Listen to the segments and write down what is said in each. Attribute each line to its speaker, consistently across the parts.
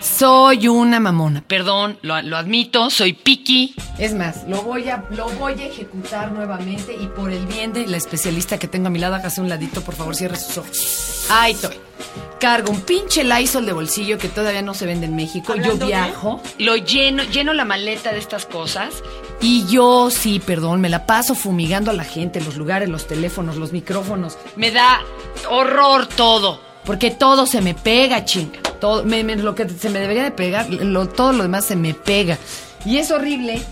Speaker 1: Soy una mamona, perdón, lo, lo admito, soy piqui. Es más, lo voy, a, lo voy a ejecutar nuevamente y por el bien de la especialista que tengo a mi lado, hágase un ladito, por favor, cierre sus ojos. Ahí estoy. Cargo un pinche Lysol de bolsillo que todavía no se vende en México. Yo
Speaker 2: Hablando de-
Speaker 1: viajo, lo lleno, lleno la maleta de estas cosas y yo sí, perdón, me la paso fumigando a la gente, los lugares, los teléfonos, los micrófonos. Me da horror todo, porque todo se me pega, chinga. Todo, me- me- lo que se me debería de pegar, lo- todo lo demás se me pega. Y es horrible.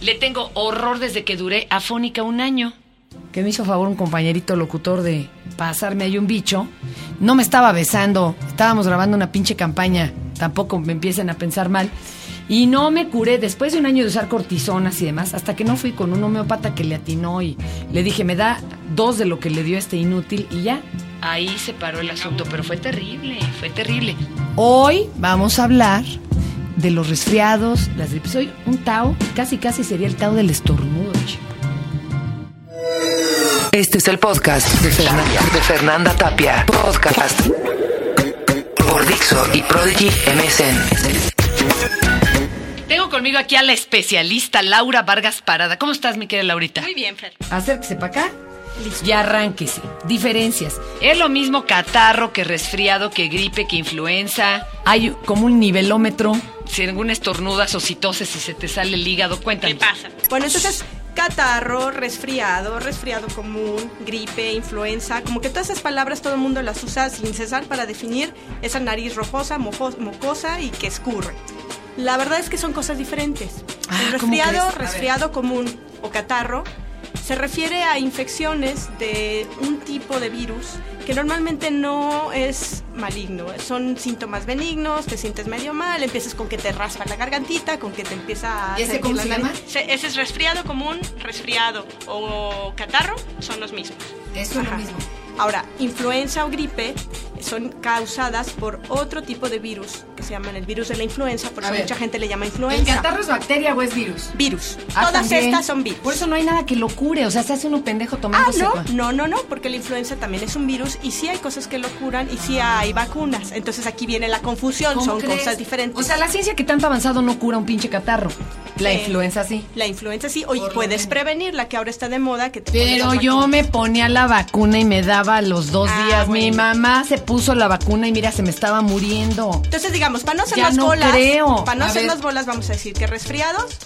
Speaker 1: Le tengo horror desde que duré afónica un año. Que me hizo favor un compañerito locutor de pasarme ahí un bicho. No me estaba besando. Estábamos grabando una pinche campaña. Tampoco me empiecen a pensar mal. Y no me curé después de un año de usar cortisonas y demás, hasta que no fui con un homeopata que le atinó y le dije, me da dos de lo que le dio este inútil y ya. Ahí se paró el asunto, pero fue terrible, fue terrible. Hoy vamos a hablar de los resfriados, las gripes. Soy un tao, casi casi sería el tao del estornudo, chico.
Speaker 3: Este es el podcast de Fernanda, de Fernanda Tapia. Podcast por Dixo y Prodigy MSN.
Speaker 1: Tengo conmigo aquí a la especialista Laura Vargas Parada. ¿Cómo estás, mi querida Laurita?
Speaker 2: Muy bien, Fer.
Speaker 1: Acérquese para acá. Y arránquese. Diferencias. Es lo mismo catarro que resfriado, que gripe, que influenza. Hay como un nivelómetro. Si alguna estornudas o citoses y se te sale el hígado, cuéntame.
Speaker 2: ¿Qué pasa?
Speaker 4: Bueno, entonces catarro, resfriado, resfriado común, gripe, influenza, como que todas esas palabras todo el mundo las usa sin cesar para definir esa nariz rojosa, mojo- mocosa y que escurre. La verdad es que son cosas diferentes.
Speaker 1: Ah,
Speaker 4: el
Speaker 1: ¿cómo crees? A
Speaker 4: resfriado,
Speaker 1: ver.
Speaker 4: resfriado común o catarro se refiere a infecciones de un tipo de virus que normalmente no es maligno. Son síntomas benignos, te sientes medio mal, empiezas con que te raspa la gargantita, con que te empieza a...
Speaker 1: ¿Y ese
Speaker 4: sentir
Speaker 1: cómo
Speaker 4: la
Speaker 1: se
Speaker 4: nariz.
Speaker 1: llama?
Speaker 4: Se- Ese es resfriado común, resfriado o catarro, son los mismos.
Speaker 1: Eso
Speaker 4: Ajá. Ahora, influenza o gripe son causadas por otro tipo de virus que se llaman el virus de la influenza, por
Speaker 1: A
Speaker 4: eso
Speaker 1: ver.
Speaker 4: mucha gente le llama influenza.
Speaker 1: es bacteria o es virus?
Speaker 4: Virus. Todas estas son virus.
Speaker 1: Ah, Por eso no hay nada que lo cure. O sea, se hace uno pendejo
Speaker 4: Ah,
Speaker 1: tomándose.
Speaker 4: no, no, no, no, porque la influenza también es un virus y sí hay cosas que lo curan y sí hay vacunas. Entonces aquí viene la confusión,
Speaker 1: ¿Cómo
Speaker 4: son
Speaker 1: crees?
Speaker 4: cosas diferentes.
Speaker 1: O sea, la ciencia que tanto ha avanzado no cura un pinche catarro. La
Speaker 4: Sí.
Speaker 1: influenza sí.
Speaker 4: la influenza sí,
Speaker 1: Por
Speaker 4: oye,
Speaker 1: lo
Speaker 4: puedes
Speaker 1: menos.
Speaker 4: prevenir la que ahora está de moda, que te pones
Speaker 1: Pero
Speaker 4: las
Speaker 1: yo
Speaker 4: vacunas.
Speaker 1: me ponía la vacuna y me daba los dos
Speaker 4: Ah,
Speaker 1: días. Mi
Speaker 4: bueno.
Speaker 1: mamá se puso la vacuna y mira, se me estaba muriendo.
Speaker 4: Entonces, digamos, para no hacer
Speaker 1: Ya
Speaker 4: más
Speaker 1: no
Speaker 4: bolas,
Speaker 1: creo.
Speaker 4: para no
Speaker 1: A
Speaker 4: hacer
Speaker 1: ver.
Speaker 4: más bolas, vamos a decir que resfriados,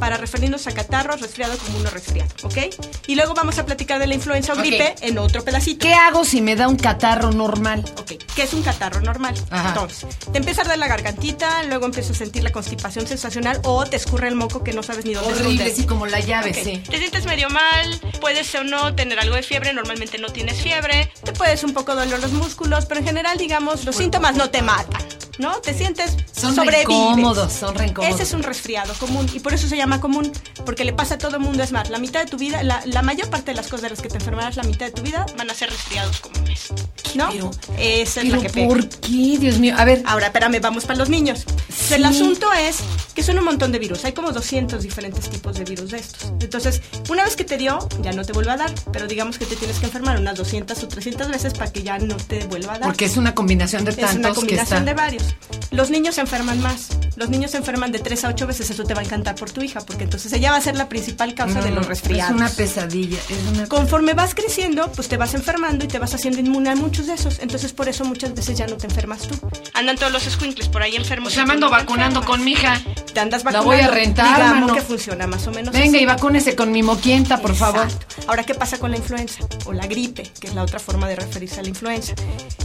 Speaker 4: para referirnos a catarros, resfriado común o resfriado, ¿ok? Y luego vamos a platicar de la influenza o
Speaker 1: Ok.
Speaker 4: gripe en otro pedacito.
Speaker 1: ¿Qué hago si me da un catarro normal?
Speaker 4: Ok, que es un catarro normal.
Speaker 1: Ajá.
Speaker 4: Entonces, te empieza a arder la gargantita, luego empiezas a sentir la constipación sensacional o te escurre el moco que no sabes ni dónde esconder.
Speaker 1: como la llave,
Speaker 4: Ok, Te sientes medio mal, puedes o no tener algo de fiebre, normalmente no tienes fiebre, te puedes un poco doler los músculos, pero en general, digamos, los síntomas no te matan, ¿no? Te sientes
Speaker 1: Son re
Speaker 4: sobrevives.
Speaker 1: incómodos, son re incómodos.
Speaker 4: Ese es un resfriado común y por eso se llama común, porque le pasa a todo mundo, es más, la mitad de tu vida, la, la mayor parte de las cosas de las que te enfermarás la mitad de tu vida van a ser resfriados comunes, ¿no?
Speaker 1: Pero-
Speaker 4: Esa es la
Speaker 1: Pero
Speaker 4: que pega. Ah,
Speaker 1: ¿por qué? Dios mío. A ver,
Speaker 4: Ahora, espérame, vamos para los niños.
Speaker 1: Sí.
Speaker 4: El asunto es que son un montón de virus. Hay como 200 diferentes tipos de virus de estos. Entonces, una vez que te dio, ya no te vuelve a dar. Pero digamos que te tienes que enfermar unas 200 o 300 veces para que ya no te vuelva a dar.
Speaker 1: porque es una combinación de tantos
Speaker 4: es una combinación
Speaker 1: que
Speaker 4: de
Speaker 1: está.
Speaker 4: varios. Los niños se enferman más. Los niños se enferman de 3 a 8 veces. Eso te va a encantar por tu hija, porque entonces ella va a ser la principal causa
Speaker 1: No,
Speaker 4: de
Speaker 1: no,
Speaker 4: los resfriados.
Speaker 1: Mm, Es una pesadilla. Es una...
Speaker 4: Conforme vas creciendo, pues te vas enfermando y te vas haciendo inmune a muchos de esos. Entonces, por eso muchas veces ya no te enfermas tú. Andan todos los escuincles por ahí enfermos.
Speaker 1: sea, me ando
Speaker 4: Tú no te
Speaker 1: Pues vacunando
Speaker 4: enfermas.
Speaker 1: con mi hija.
Speaker 4: Te andas
Speaker 1: La
Speaker 4: vacunando.
Speaker 1: voy a rentar,
Speaker 4: Digamos
Speaker 1: mano.
Speaker 4: que funciona más o menos
Speaker 1: Venga
Speaker 4: así.
Speaker 1: y vacúnese con mi moquienta, por favor.
Speaker 4: Exacto. Ahora, ¿qué pasa con la influenza? O la gripe, que es la otra forma de referirse a la influenza.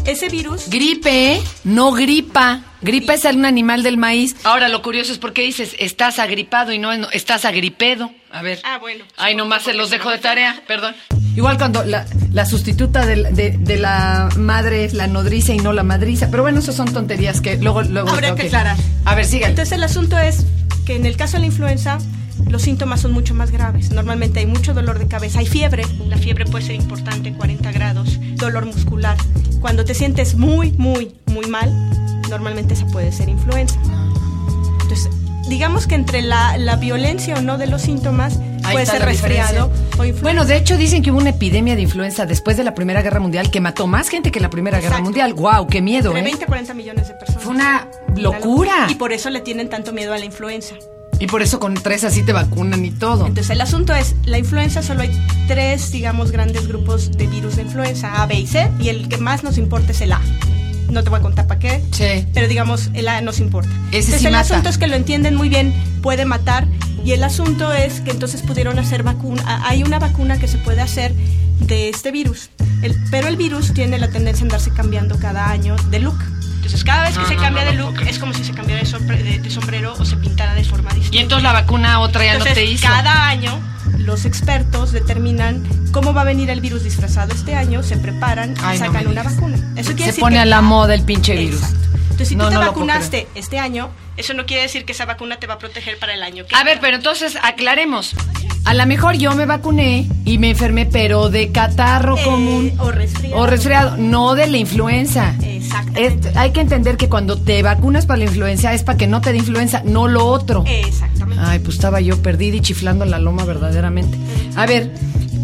Speaker 4: Ese virus...
Speaker 1: Gripe, ¿eh? no gripa. Gripa es un animal del maíz. Ahora, lo curioso es porque dices, estás agripado y no, no, estás agripedo. A ver.
Speaker 4: Ah, bueno.
Speaker 1: Ay, nomás se los dejo de tarea, perdón. Igual cuando la, la sustituta del- de, de la madre es la nodriza y no la madriza. Pero bueno, eso son tonterías que luego... luego
Speaker 4: Habrá que
Speaker 1: ok.
Speaker 4: aclarar.
Speaker 1: A ver, sigan.
Speaker 4: Entonces, el asunto es que en el caso de la influenza... Los síntomas son mucho más graves. Normalmente hay mucho dolor de cabeza, hay fiebre. La fiebre puede ser importante, 40 grados, dolor muscular. Cuando te sientes muy, muy, muy mal, normalmente esa puede ser influenza. Entonces, digamos que entre la, la violencia o no de los síntomas
Speaker 1: Ahí
Speaker 4: puede
Speaker 1: está
Speaker 4: ser
Speaker 1: la
Speaker 4: resfriado
Speaker 1: diferencia.
Speaker 4: o influenza.
Speaker 1: Bueno, de hecho dicen que hubo una epidemia de influenza después de la Primera Guerra Mundial que mató más gente que la Primera Guerra
Speaker 4: Exacto.
Speaker 1: Mundial. ¡Guau, qué miedo!
Speaker 4: entre
Speaker 1: ¿eh?
Speaker 4: 20 a 40 millones de personas.
Speaker 1: Fue una locura.
Speaker 4: Y por eso le tienen tanto miedo a la influenza.
Speaker 1: Y por eso con tres así te vacunan y todo.
Speaker 4: Entonces el asunto es, la influenza solo hay tres, digamos, grandes grupos de virus de influenza, A, B y C, y el que más nos importa es el A. No te voy a contar para qué,
Speaker 1: Sí.
Speaker 4: pero digamos, el A nos importa.
Speaker 1: Ese
Speaker 4: entonces
Speaker 1: sí
Speaker 4: el
Speaker 1: mata.
Speaker 4: asunto es que lo entienden muy bien, puede matar, y el asunto es que entonces pudieron hacer vacuna, a- hay una vacuna que se puede hacer de este virus, El- pero el virus tiene la tendencia a andarse cambiando cada año de look. Entonces cada vez que se cambia de look es como si se cambiara de, sombre- de- de sombrero o se pintara de forma distinta.
Speaker 1: Y entonces la vacuna otra ya no
Speaker 4: Entonces,
Speaker 1: te hizo.
Speaker 4: cada año los expertos determinan cómo va a venir el virus disfrazado este año, se preparan
Speaker 1: Ay,
Speaker 4: y
Speaker 1: no
Speaker 4: sacan
Speaker 1: me
Speaker 4: una
Speaker 1: digas.
Speaker 4: vacuna. Eso quiere
Speaker 1: Se
Speaker 4: decir
Speaker 1: pone
Speaker 4: que-
Speaker 1: a la moda el pinche virus.
Speaker 4: Exacto. Entonces, si
Speaker 1: No,
Speaker 4: tú te
Speaker 1: no lo puedo
Speaker 4: vacunaste este año, eso no quiere decir que esa vacuna te va a proteger para el año que
Speaker 1: A ver, pero entonces aclaremos. A lo mejor yo me vacuné y me enfermé, pero de catarro
Speaker 4: Eh,
Speaker 1: común
Speaker 4: o resfriado.
Speaker 1: o resfriado, no de la influenza.
Speaker 4: Exactamente.
Speaker 1: Es- hay que entender que cuando te vacunas para la influenza es para que no te dé influenza, no lo otro.
Speaker 4: Exactamente.
Speaker 1: Ay, pues estaba yo perdida y chiflando en la loma verdaderamente. A ver,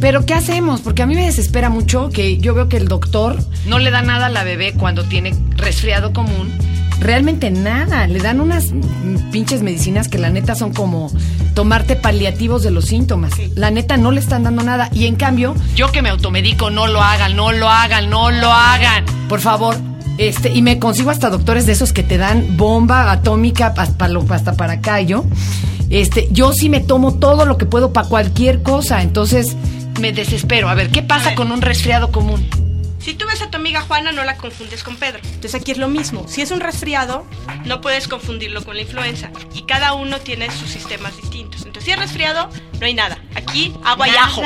Speaker 1: pero ¿qué hacemos? Porque a mí me desespera mucho que yo veo que el doctor no le da nada a la bebé cuando tiene resfriado común. Realmente nada, le dan unas mm, pinches medicinas que la neta son como tomarte paliativos de los síntomas.
Speaker 4: Sí.
Speaker 1: La neta no le están dando nada y en cambio, yo que me automedico, no lo hagan, no lo hagan, no lo hagan. Por favor, este y me consigo hasta doctores de esos que te dan bomba atómica hasta, lo- hasta para acá, yo. Este, yo sí me tomo todo lo que puedo para cualquier cosa, entonces me desespero. A ver, ¿qué
Speaker 4: A
Speaker 1: pasa
Speaker 4: ver.
Speaker 1: con un resfriado común?
Speaker 4: Si tú ves a tu amiga Juana, no la confundes con Pedro. Entonces aquí es lo mismo. Si es un resfriado, no puedes confundirlo con la influenza. Y cada uno tiene sus sistemas distintos. Entonces si es resfriado, no hay nada. Aquí, agua y
Speaker 1: Nada.
Speaker 4: ajo.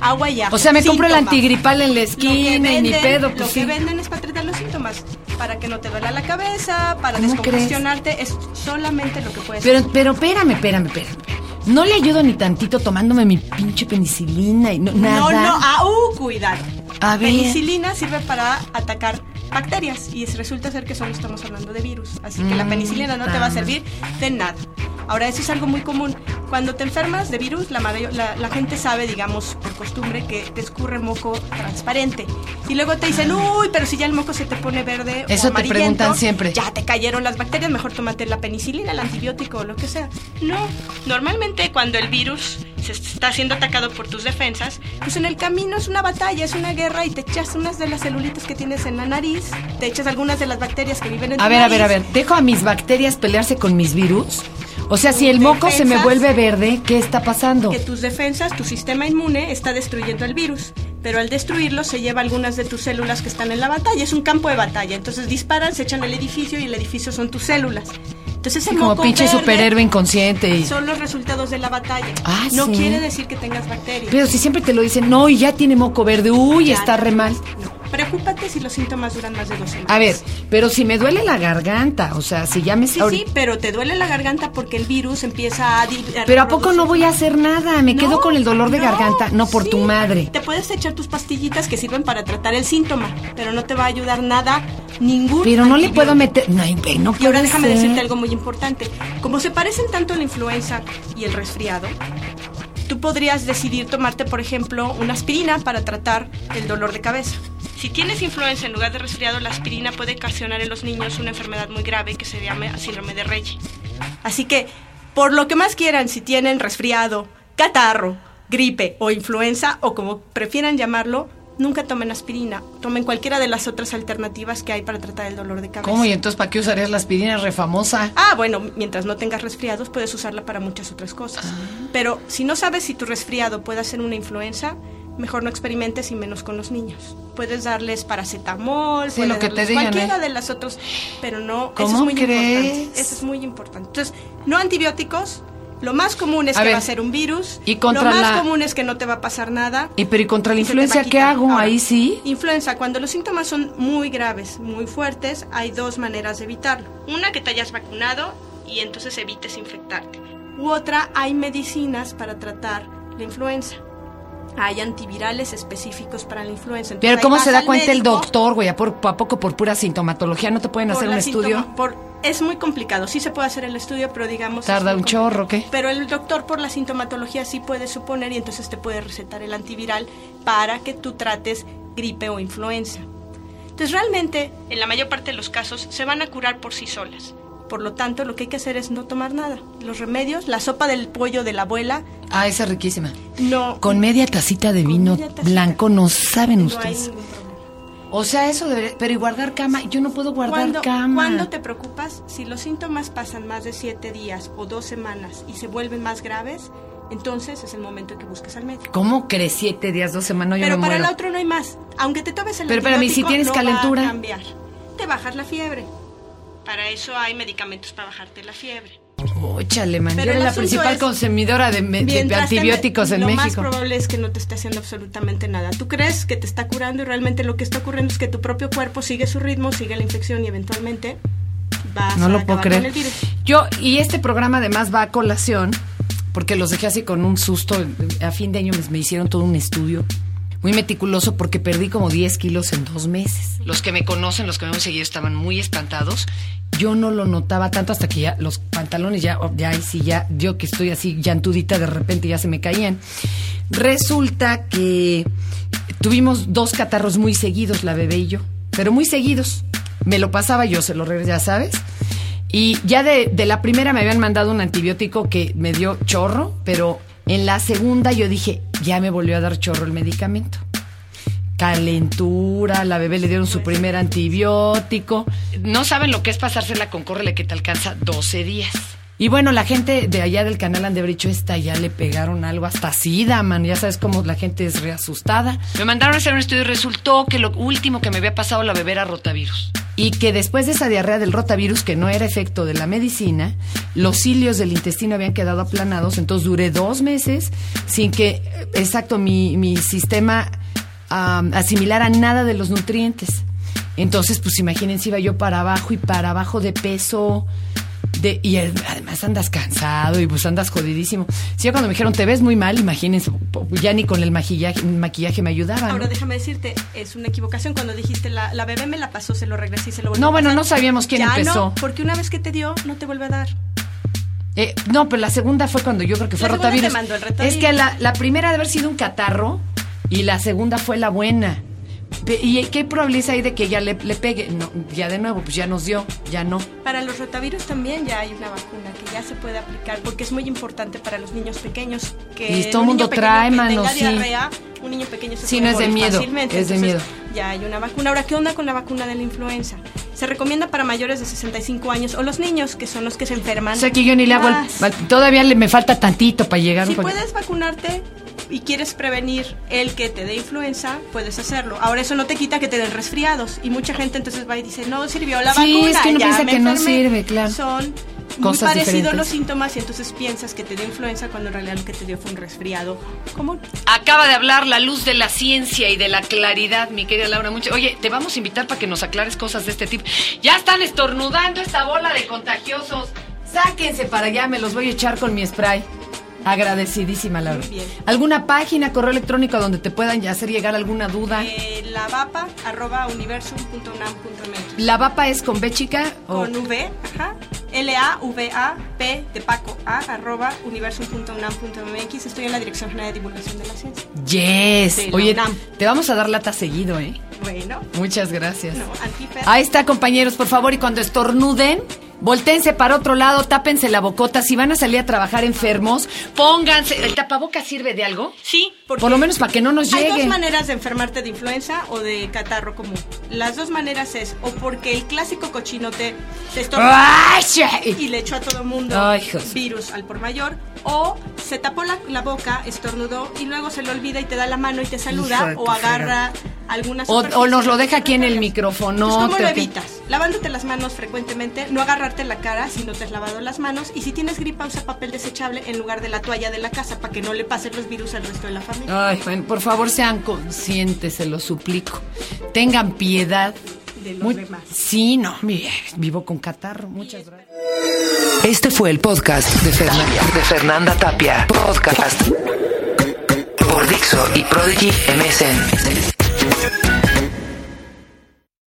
Speaker 4: Agua y ajo.
Speaker 1: O sea, me compro el
Speaker 4: Síntomas.
Speaker 1: antigripal en la
Speaker 4: Lo que
Speaker 1: esquina y ni
Speaker 4: venden-
Speaker 1: pedo,
Speaker 4: Lo
Speaker 1: pues
Speaker 4: que
Speaker 1: sí.
Speaker 4: venden es para tratar los síntomas. Para que no te duela la cabeza, para
Speaker 1: ¿Cómo
Speaker 4: descongestionarte. Es solamente lo que puedes
Speaker 1: Pero, pero espérame, espérame, espérame. No le ayudo ni tantito tomándome mi pinche penicilina y no, nada.
Speaker 4: No, no, ah, uh, cuidado.
Speaker 1: A ver.
Speaker 4: Penicilina sirve para atacar bacterias y es- resulta ser que solo estamos hablando de virus, así
Speaker 1: Mm,
Speaker 4: que la penicilina no te va a servir de nada. Ahora, eso es algo muy común. Cuando te enfermas de virus, la, mayo- la- la gente sabe, digamos, por costumbre, que te escurre moco transparente. Y luego te dicen, uy, pero si ya el moco se te pone verde
Speaker 1: Eso te
Speaker 4: o amarillento,
Speaker 1: preguntan siempre.
Speaker 4: Ya te cayeron las bacterias, mejor tómate la penicilina, el antibiótico o lo que sea. No, normalmente cuando el virus se está siendo atacado por tus defensas, pues en el camino es una batalla, es una guerra y te echas unas de las celulitas que tienes en la nariz, te echas algunas de las bacterias que viven en tu
Speaker 1: A ver, a
Speaker 4: nariz.
Speaker 1: ver, a ver. ¿Dejo a mis bacterias pelearse con mis virus? O sea, si el moco se me
Speaker 4: Defensas.
Speaker 1: vuelve verde, ¿qué está pasando?
Speaker 4: Que tus defensas, tu sistema inmune está destruyendo el virus, pero al destruirlo se lleva algunas de tus células que están en la batalla, es un campo de batalla, entonces disparan, se echan al edificio y el edificio son tus células. Entonces el
Speaker 1: Como
Speaker 4: moco
Speaker 1: pinche
Speaker 4: verde
Speaker 1: superhéroe inconsciente. y-
Speaker 4: son los resultados de la batalla.
Speaker 1: Ah,
Speaker 4: no
Speaker 1: sí.
Speaker 4: quiere decir que tengas bacterias.
Speaker 1: Pero si siempre te lo dicen, no, y ya tiene moco verde, uy,
Speaker 4: Ya,
Speaker 1: está re mal.
Speaker 4: No. Preocúpate si los síntomas duran más de dos semanas.
Speaker 1: A ver, pero si me duele la garganta, o sea, si ya me...
Speaker 4: Sí,
Speaker 1: ahori-
Speaker 4: sí, pero te duele la garganta porque el virus empieza a... di-
Speaker 1: Pero ¿a poco no
Speaker 4: reproducir.
Speaker 1: voy a hacer nada? Me
Speaker 4: No,
Speaker 1: quedo con el dolor de
Speaker 4: no,
Speaker 1: garganta. No, por
Speaker 4: sí.
Speaker 1: tu madre.
Speaker 4: Te puedes echar tus pastillitas que sirven para tratar el síntoma, pero no te va a ayudar nada, ningún.
Speaker 1: Pero no le
Speaker 4: antibiótico.
Speaker 1: puedo meter... No, güey, no
Speaker 4: Y ahora
Speaker 1: puede
Speaker 4: déjame
Speaker 1: ser.
Speaker 4: decirte algo muy importante. Como se parecen tanto la influenza y el resfriado, tú podrías decidir tomarte, por ejemplo, una aspirina para tratar el dolor de cabeza. Si tienes influenza en lugar de resfriado, la aspirina puede ocasionar en los niños una enfermedad muy grave que se llama síndrome de Reye. Así que, por lo que más quieran, si tienen resfriado, catarro, gripe o influenza, o como prefieran llamarlo, nunca tomen aspirina. Tomen cualquiera de las otras alternativas que hay para tratar el dolor de cabeza.
Speaker 1: ¿Cómo? ¿Y entonces para qué usarías la aspirina refamosa?
Speaker 4: Ah, bueno, mientras no tengas resfriados puedes usarla para muchas otras cosas.
Speaker 1: Ah.
Speaker 4: Pero si no sabes si tu resfriado puede ser una influenza, mejor no experimentes y menos con los niños. Puedes darles paracetamol,
Speaker 1: Sí,
Speaker 4: puedes
Speaker 1: lo que te
Speaker 4: darles
Speaker 1: digan,
Speaker 4: cualquiera
Speaker 1: ¿eh?
Speaker 4: de las otras, pero no, eso
Speaker 1: ¿Cómo
Speaker 4: es muy
Speaker 1: crees?
Speaker 4: importante. Eso es muy importante. Entonces, no antibióticos. Lo más común es
Speaker 1: A
Speaker 4: que
Speaker 1: ver,
Speaker 4: va a ser un virus.
Speaker 1: y contra
Speaker 4: lo más
Speaker 1: la-
Speaker 4: común es que no te va a pasar nada.
Speaker 1: ¿Y Eh, pero y contra la
Speaker 4: Se te va a
Speaker 1: influencia qué
Speaker 4: quitar.
Speaker 1: hago?
Speaker 4: Ahora,
Speaker 1: Ahí sí.
Speaker 4: Influenza, cuando los síntomas son muy graves, muy fuertes, hay dos maneras de evitarlo. Una, que te hayas vacunado y entonces evites infectarte. U otra, hay medicinas para tratar la influenza. Hay antivirales específicos para la influenza. Entonces,
Speaker 1: Pero
Speaker 4: ahí
Speaker 1: ¿cómo
Speaker 4: vas
Speaker 1: se da
Speaker 4: al
Speaker 1: cuenta el
Speaker 4: médico
Speaker 1: doctor, güey? ¿A, por- a poco por pura sintomatología no te pueden
Speaker 4: por
Speaker 1: hacer un
Speaker 4: la
Speaker 1: estudio?
Speaker 4: sintoma- por- es muy complicado. Sí se puede hacer el estudio, pero digamos...
Speaker 1: Tarda
Speaker 4: es muy
Speaker 1: un
Speaker 4: complicado.
Speaker 1: chorro, ¿qué?
Speaker 4: Pero el doctor por la sintomatología sí puede suponer y entonces te puede recetar el antiviral para que tú trates gripe o influenza. Entonces realmente, en la mayor parte de los casos, se van a curar por sí solas. Por lo tanto, lo que hay que hacer es no tomar nada. Los remedios, la sopa del pollo de la abuela,
Speaker 1: Ah, esa es riquísima.
Speaker 4: no.
Speaker 1: Con media tacita de
Speaker 4: Con
Speaker 1: vino
Speaker 4: media tacita.
Speaker 1: blanco no saben
Speaker 4: no hay
Speaker 1: ustedes.
Speaker 4: ningún problema.
Speaker 1: O sea, eso debería... Pero y guardar cama, yo no puedo guardar
Speaker 4: ¿Cuándo,
Speaker 1: cama.
Speaker 4: cuándo te preocupas? Si los síntomas pasan más de siete días o dos semanas y se vuelven más graves, entonces es el momento en que busques al médico.
Speaker 1: ¿Cómo crees siete días, dos semanas? Yo
Speaker 4: Pero
Speaker 1: me
Speaker 4: para
Speaker 1: muero.
Speaker 4: el otro no hay más. Aunque te tomes el
Speaker 1: Pero espérame, ¿y si
Speaker 4: antibiótico,
Speaker 1: tienes
Speaker 4: no
Speaker 1: calentura?
Speaker 4: va a cambiar. Te bajas la fiebre. Para eso hay medicamentos para bajarte la fiebre.
Speaker 1: Óchale, man. Yo
Speaker 4: Pero
Speaker 1: era
Speaker 4: el
Speaker 1: la
Speaker 4: asunto
Speaker 1: principal
Speaker 4: es-
Speaker 1: consumidora de, me- de
Speaker 4: Mientras te-
Speaker 1: Eh, antibióticos en
Speaker 4: lo más
Speaker 1: México.
Speaker 4: probable es que no te esté haciendo absolutamente nada. Tú crees que te está curando y realmente lo que está ocurriendo es que tu propio cuerpo sigue su ritmo, sigue la infección y eventualmente vas
Speaker 1: No
Speaker 4: a
Speaker 1: lo puedo
Speaker 4: acabar con
Speaker 1: creer.
Speaker 4: el virus.
Speaker 1: Yo, y este programa además va a colación, porque los dejé así con un susto. A fin de año me, me hicieron todo un estudio muy meticuloso porque perdí como 10 kilos en dos meses. Los que me conocen, los que me han seguido, estaban muy espantados. Yo no lo notaba tanto hasta que ya los pantalones ya, ya ahí sí, ya, yo que estoy así llantudita, de repente ya se me caían. Resulta que tuvimos dos catarros muy seguidos, la bebé y yo, pero muy seguidos. Me lo pasaba yo, se lo regresé, ya sabes. Y ya de, de la primera me habían mandado un antibiótico que me dio chorro, pero en la segunda yo dije, ya me volvió a dar chorro el medicamento. Calentura, la bebé le dieron su primer antibiótico. No saben lo que es pasársela con córrele que te alcanza 12 días. Y bueno, la gente de allá del canal han de haber dicho, esta ya le pegaron algo hasta sida, man. Ya sabes cómo la gente es reasustada. Me mandaron a hacer un estudio y resultó que lo último que me había pasado la bebé era rotavirus. Y que después de esa diarrea del rotavirus, que no era efecto de la medicina, los cilios del intestino habían quedado aplanados. Entonces duré dos meses sin que, eh, exacto, mi, mi sistema ah, asimilara nada de los nutrientes. Entonces, pues imagínense, iba yo para abajo y para abajo de peso. De, y el- además andas cansado y pues andas jodidísimo. Si yo cuando me dijeron te ves muy mal, imagínense, po- ya ni con el maquillaje, maquillaje me ayudaba. ¿no?
Speaker 4: Ahora déjame decirte, es una equivocación cuando dijiste la, la bebé me la pasó, se lo regresé y se lo volví
Speaker 1: No,
Speaker 4: a
Speaker 1: bueno,
Speaker 4: pasar".
Speaker 1: no sabíamos quién
Speaker 4: Ya
Speaker 1: empezó.
Speaker 4: No, porque una vez que te dio, no te vuelve a dar.
Speaker 1: Eh, no, pero la segunda fue cuando yo creo que fue
Speaker 4: La segunda
Speaker 1: rotavirus.
Speaker 4: te mandó el rotavirus.
Speaker 1: Es que la, la primera de haber sido un catarro y la segunda fue la buena. Pe- ¿Y qué probabilidad hay de que ya le, le pegue? No, ya de nuevo, pues ya nos dio, ya no.
Speaker 4: Para los rotavirus también ya hay una vacuna que ya se puede aplicar porque es muy importante para los niños pequeños. Que
Speaker 1: Y todo
Speaker 4: un
Speaker 1: mundo
Speaker 4: niño pequeño
Speaker 1: trae,
Speaker 4: que
Speaker 1: mano,
Speaker 4: tenga
Speaker 1: sí.
Speaker 4: diarrea, Un niño pequeño se
Speaker 1: Sí, no
Speaker 4: puede
Speaker 1: es de
Speaker 4: morir
Speaker 1: miedo,
Speaker 4: fácilmente.
Speaker 1: es de
Speaker 4: Entonces,
Speaker 1: miedo.
Speaker 4: Ya hay una vacuna. Ahora, ¿qué onda con la vacuna de la influenza? Se recomienda para mayores de 65 años o los niños que son los que se enferman. Ah,
Speaker 1: O sea que yo ni le hago el-
Speaker 4: más.
Speaker 1: Todavía le, me falta tantito para llegar.
Speaker 4: Si
Speaker 1: un poco-
Speaker 4: puedes vacunarte y quieres prevenir el que te dé influenza, puedes hacerlo. Ahora eso no te quita que te den resfriados y mucha gente entonces va y dice, "No sirvió la
Speaker 1: Sí,
Speaker 4: vacuna."
Speaker 1: es que uno
Speaker 4: ya
Speaker 1: piensa
Speaker 4: me
Speaker 1: que no
Speaker 4: enfermé".
Speaker 1: sirve, claro.
Speaker 4: Son
Speaker 1: Cosas
Speaker 4: muy parecidos
Speaker 1: diferentes.
Speaker 4: los síntomas y entonces piensas que te dio influenza cuando en realidad lo que te dio fue un resfriado. ¿Cómo?
Speaker 1: Acaba de hablar la luz de la ciencia y de la claridad, mi querida Laura. Mucho. Oye, te vamos a invitar para que nos aclares cosas de este tipo. Ya están estornudando esta bola de contagiosos. Sáquense para allá, me los voy a echar con mi spray. Agradecidísima, Laura.
Speaker 4: Muy bien.
Speaker 1: ¿Alguna página, correo electrónico donde te puedan hacer llegar alguna duda?
Speaker 4: Eh, la vapa arroba universum.unam.mx
Speaker 1: ¿La vapa es con B chica? o-
Speaker 4: con V, ajá, L-A-V-A-P de Paco, A, arroba, universum.unam.mx. Estoy en la Dirección General de Divulgación de la Ciencia.
Speaker 1: Yes.
Speaker 4: De la
Speaker 1: Oye,
Speaker 4: UNAM.
Speaker 1: te vamos a dar lata seguido, ¿eh?
Speaker 4: Bueno,
Speaker 1: Muchas gracias.
Speaker 4: no, antifer.
Speaker 1: Ahí está, compañeros, por favor, y cuando estornuden, voltense para otro lado, tápense la bocota. Si van a salir a trabajar enfermos, pónganse. ¿El tapabocas sirve de algo?
Speaker 4: Sí, porque
Speaker 1: Por lo menos para que no nos
Speaker 4: hay dos
Speaker 1: llegue.
Speaker 4: maneras de enfermarte de influenza o de catarro común. Las dos maneras es o porque el clásico cochinote te estorba
Speaker 1: ¡Ay, sí!
Speaker 4: y le echó a todo mundo
Speaker 1: Ay, hijos.
Speaker 4: virus al por mayor o se tapó la, la boca, estornudó y luego se le olvida y te da la mano y te
Speaker 1: Hijo
Speaker 4: saluda
Speaker 1: de tu
Speaker 4: o agarra alguna
Speaker 1: O-
Speaker 4: superficie
Speaker 1: o nos lo deja
Speaker 4: que
Speaker 1: aquí en el
Speaker 4: recargas.
Speaker 1: micrófono,
Speaker 4: Entonces, ¿Cómo
Speaker 1: te-
Speaker 4: lo
Speaker 1: te-
Speaker 4: evitas? Lavándote las manos frecuentemente, no agarrarte la cara si no te has lavado las manos y si tienes gripa usa papel desechable en lugar de la toalla de la casa para que no le pasen los virus al resto de la familia.
Speaker 1: Ay, bueno, por favor, sean conscientes, se lo suplico. Tengan piedad.
Speaker 4: de los
Speaker 1: Muy-
Speaker 4: demás.
Speaker 1: Sí, no, mi- vivo con catarro. Muchas gracias.
Speaker 3: Este fue el podcast de Fernanda, de Fernanda Tapia. Podcast por Dixo y Prodigy MSN.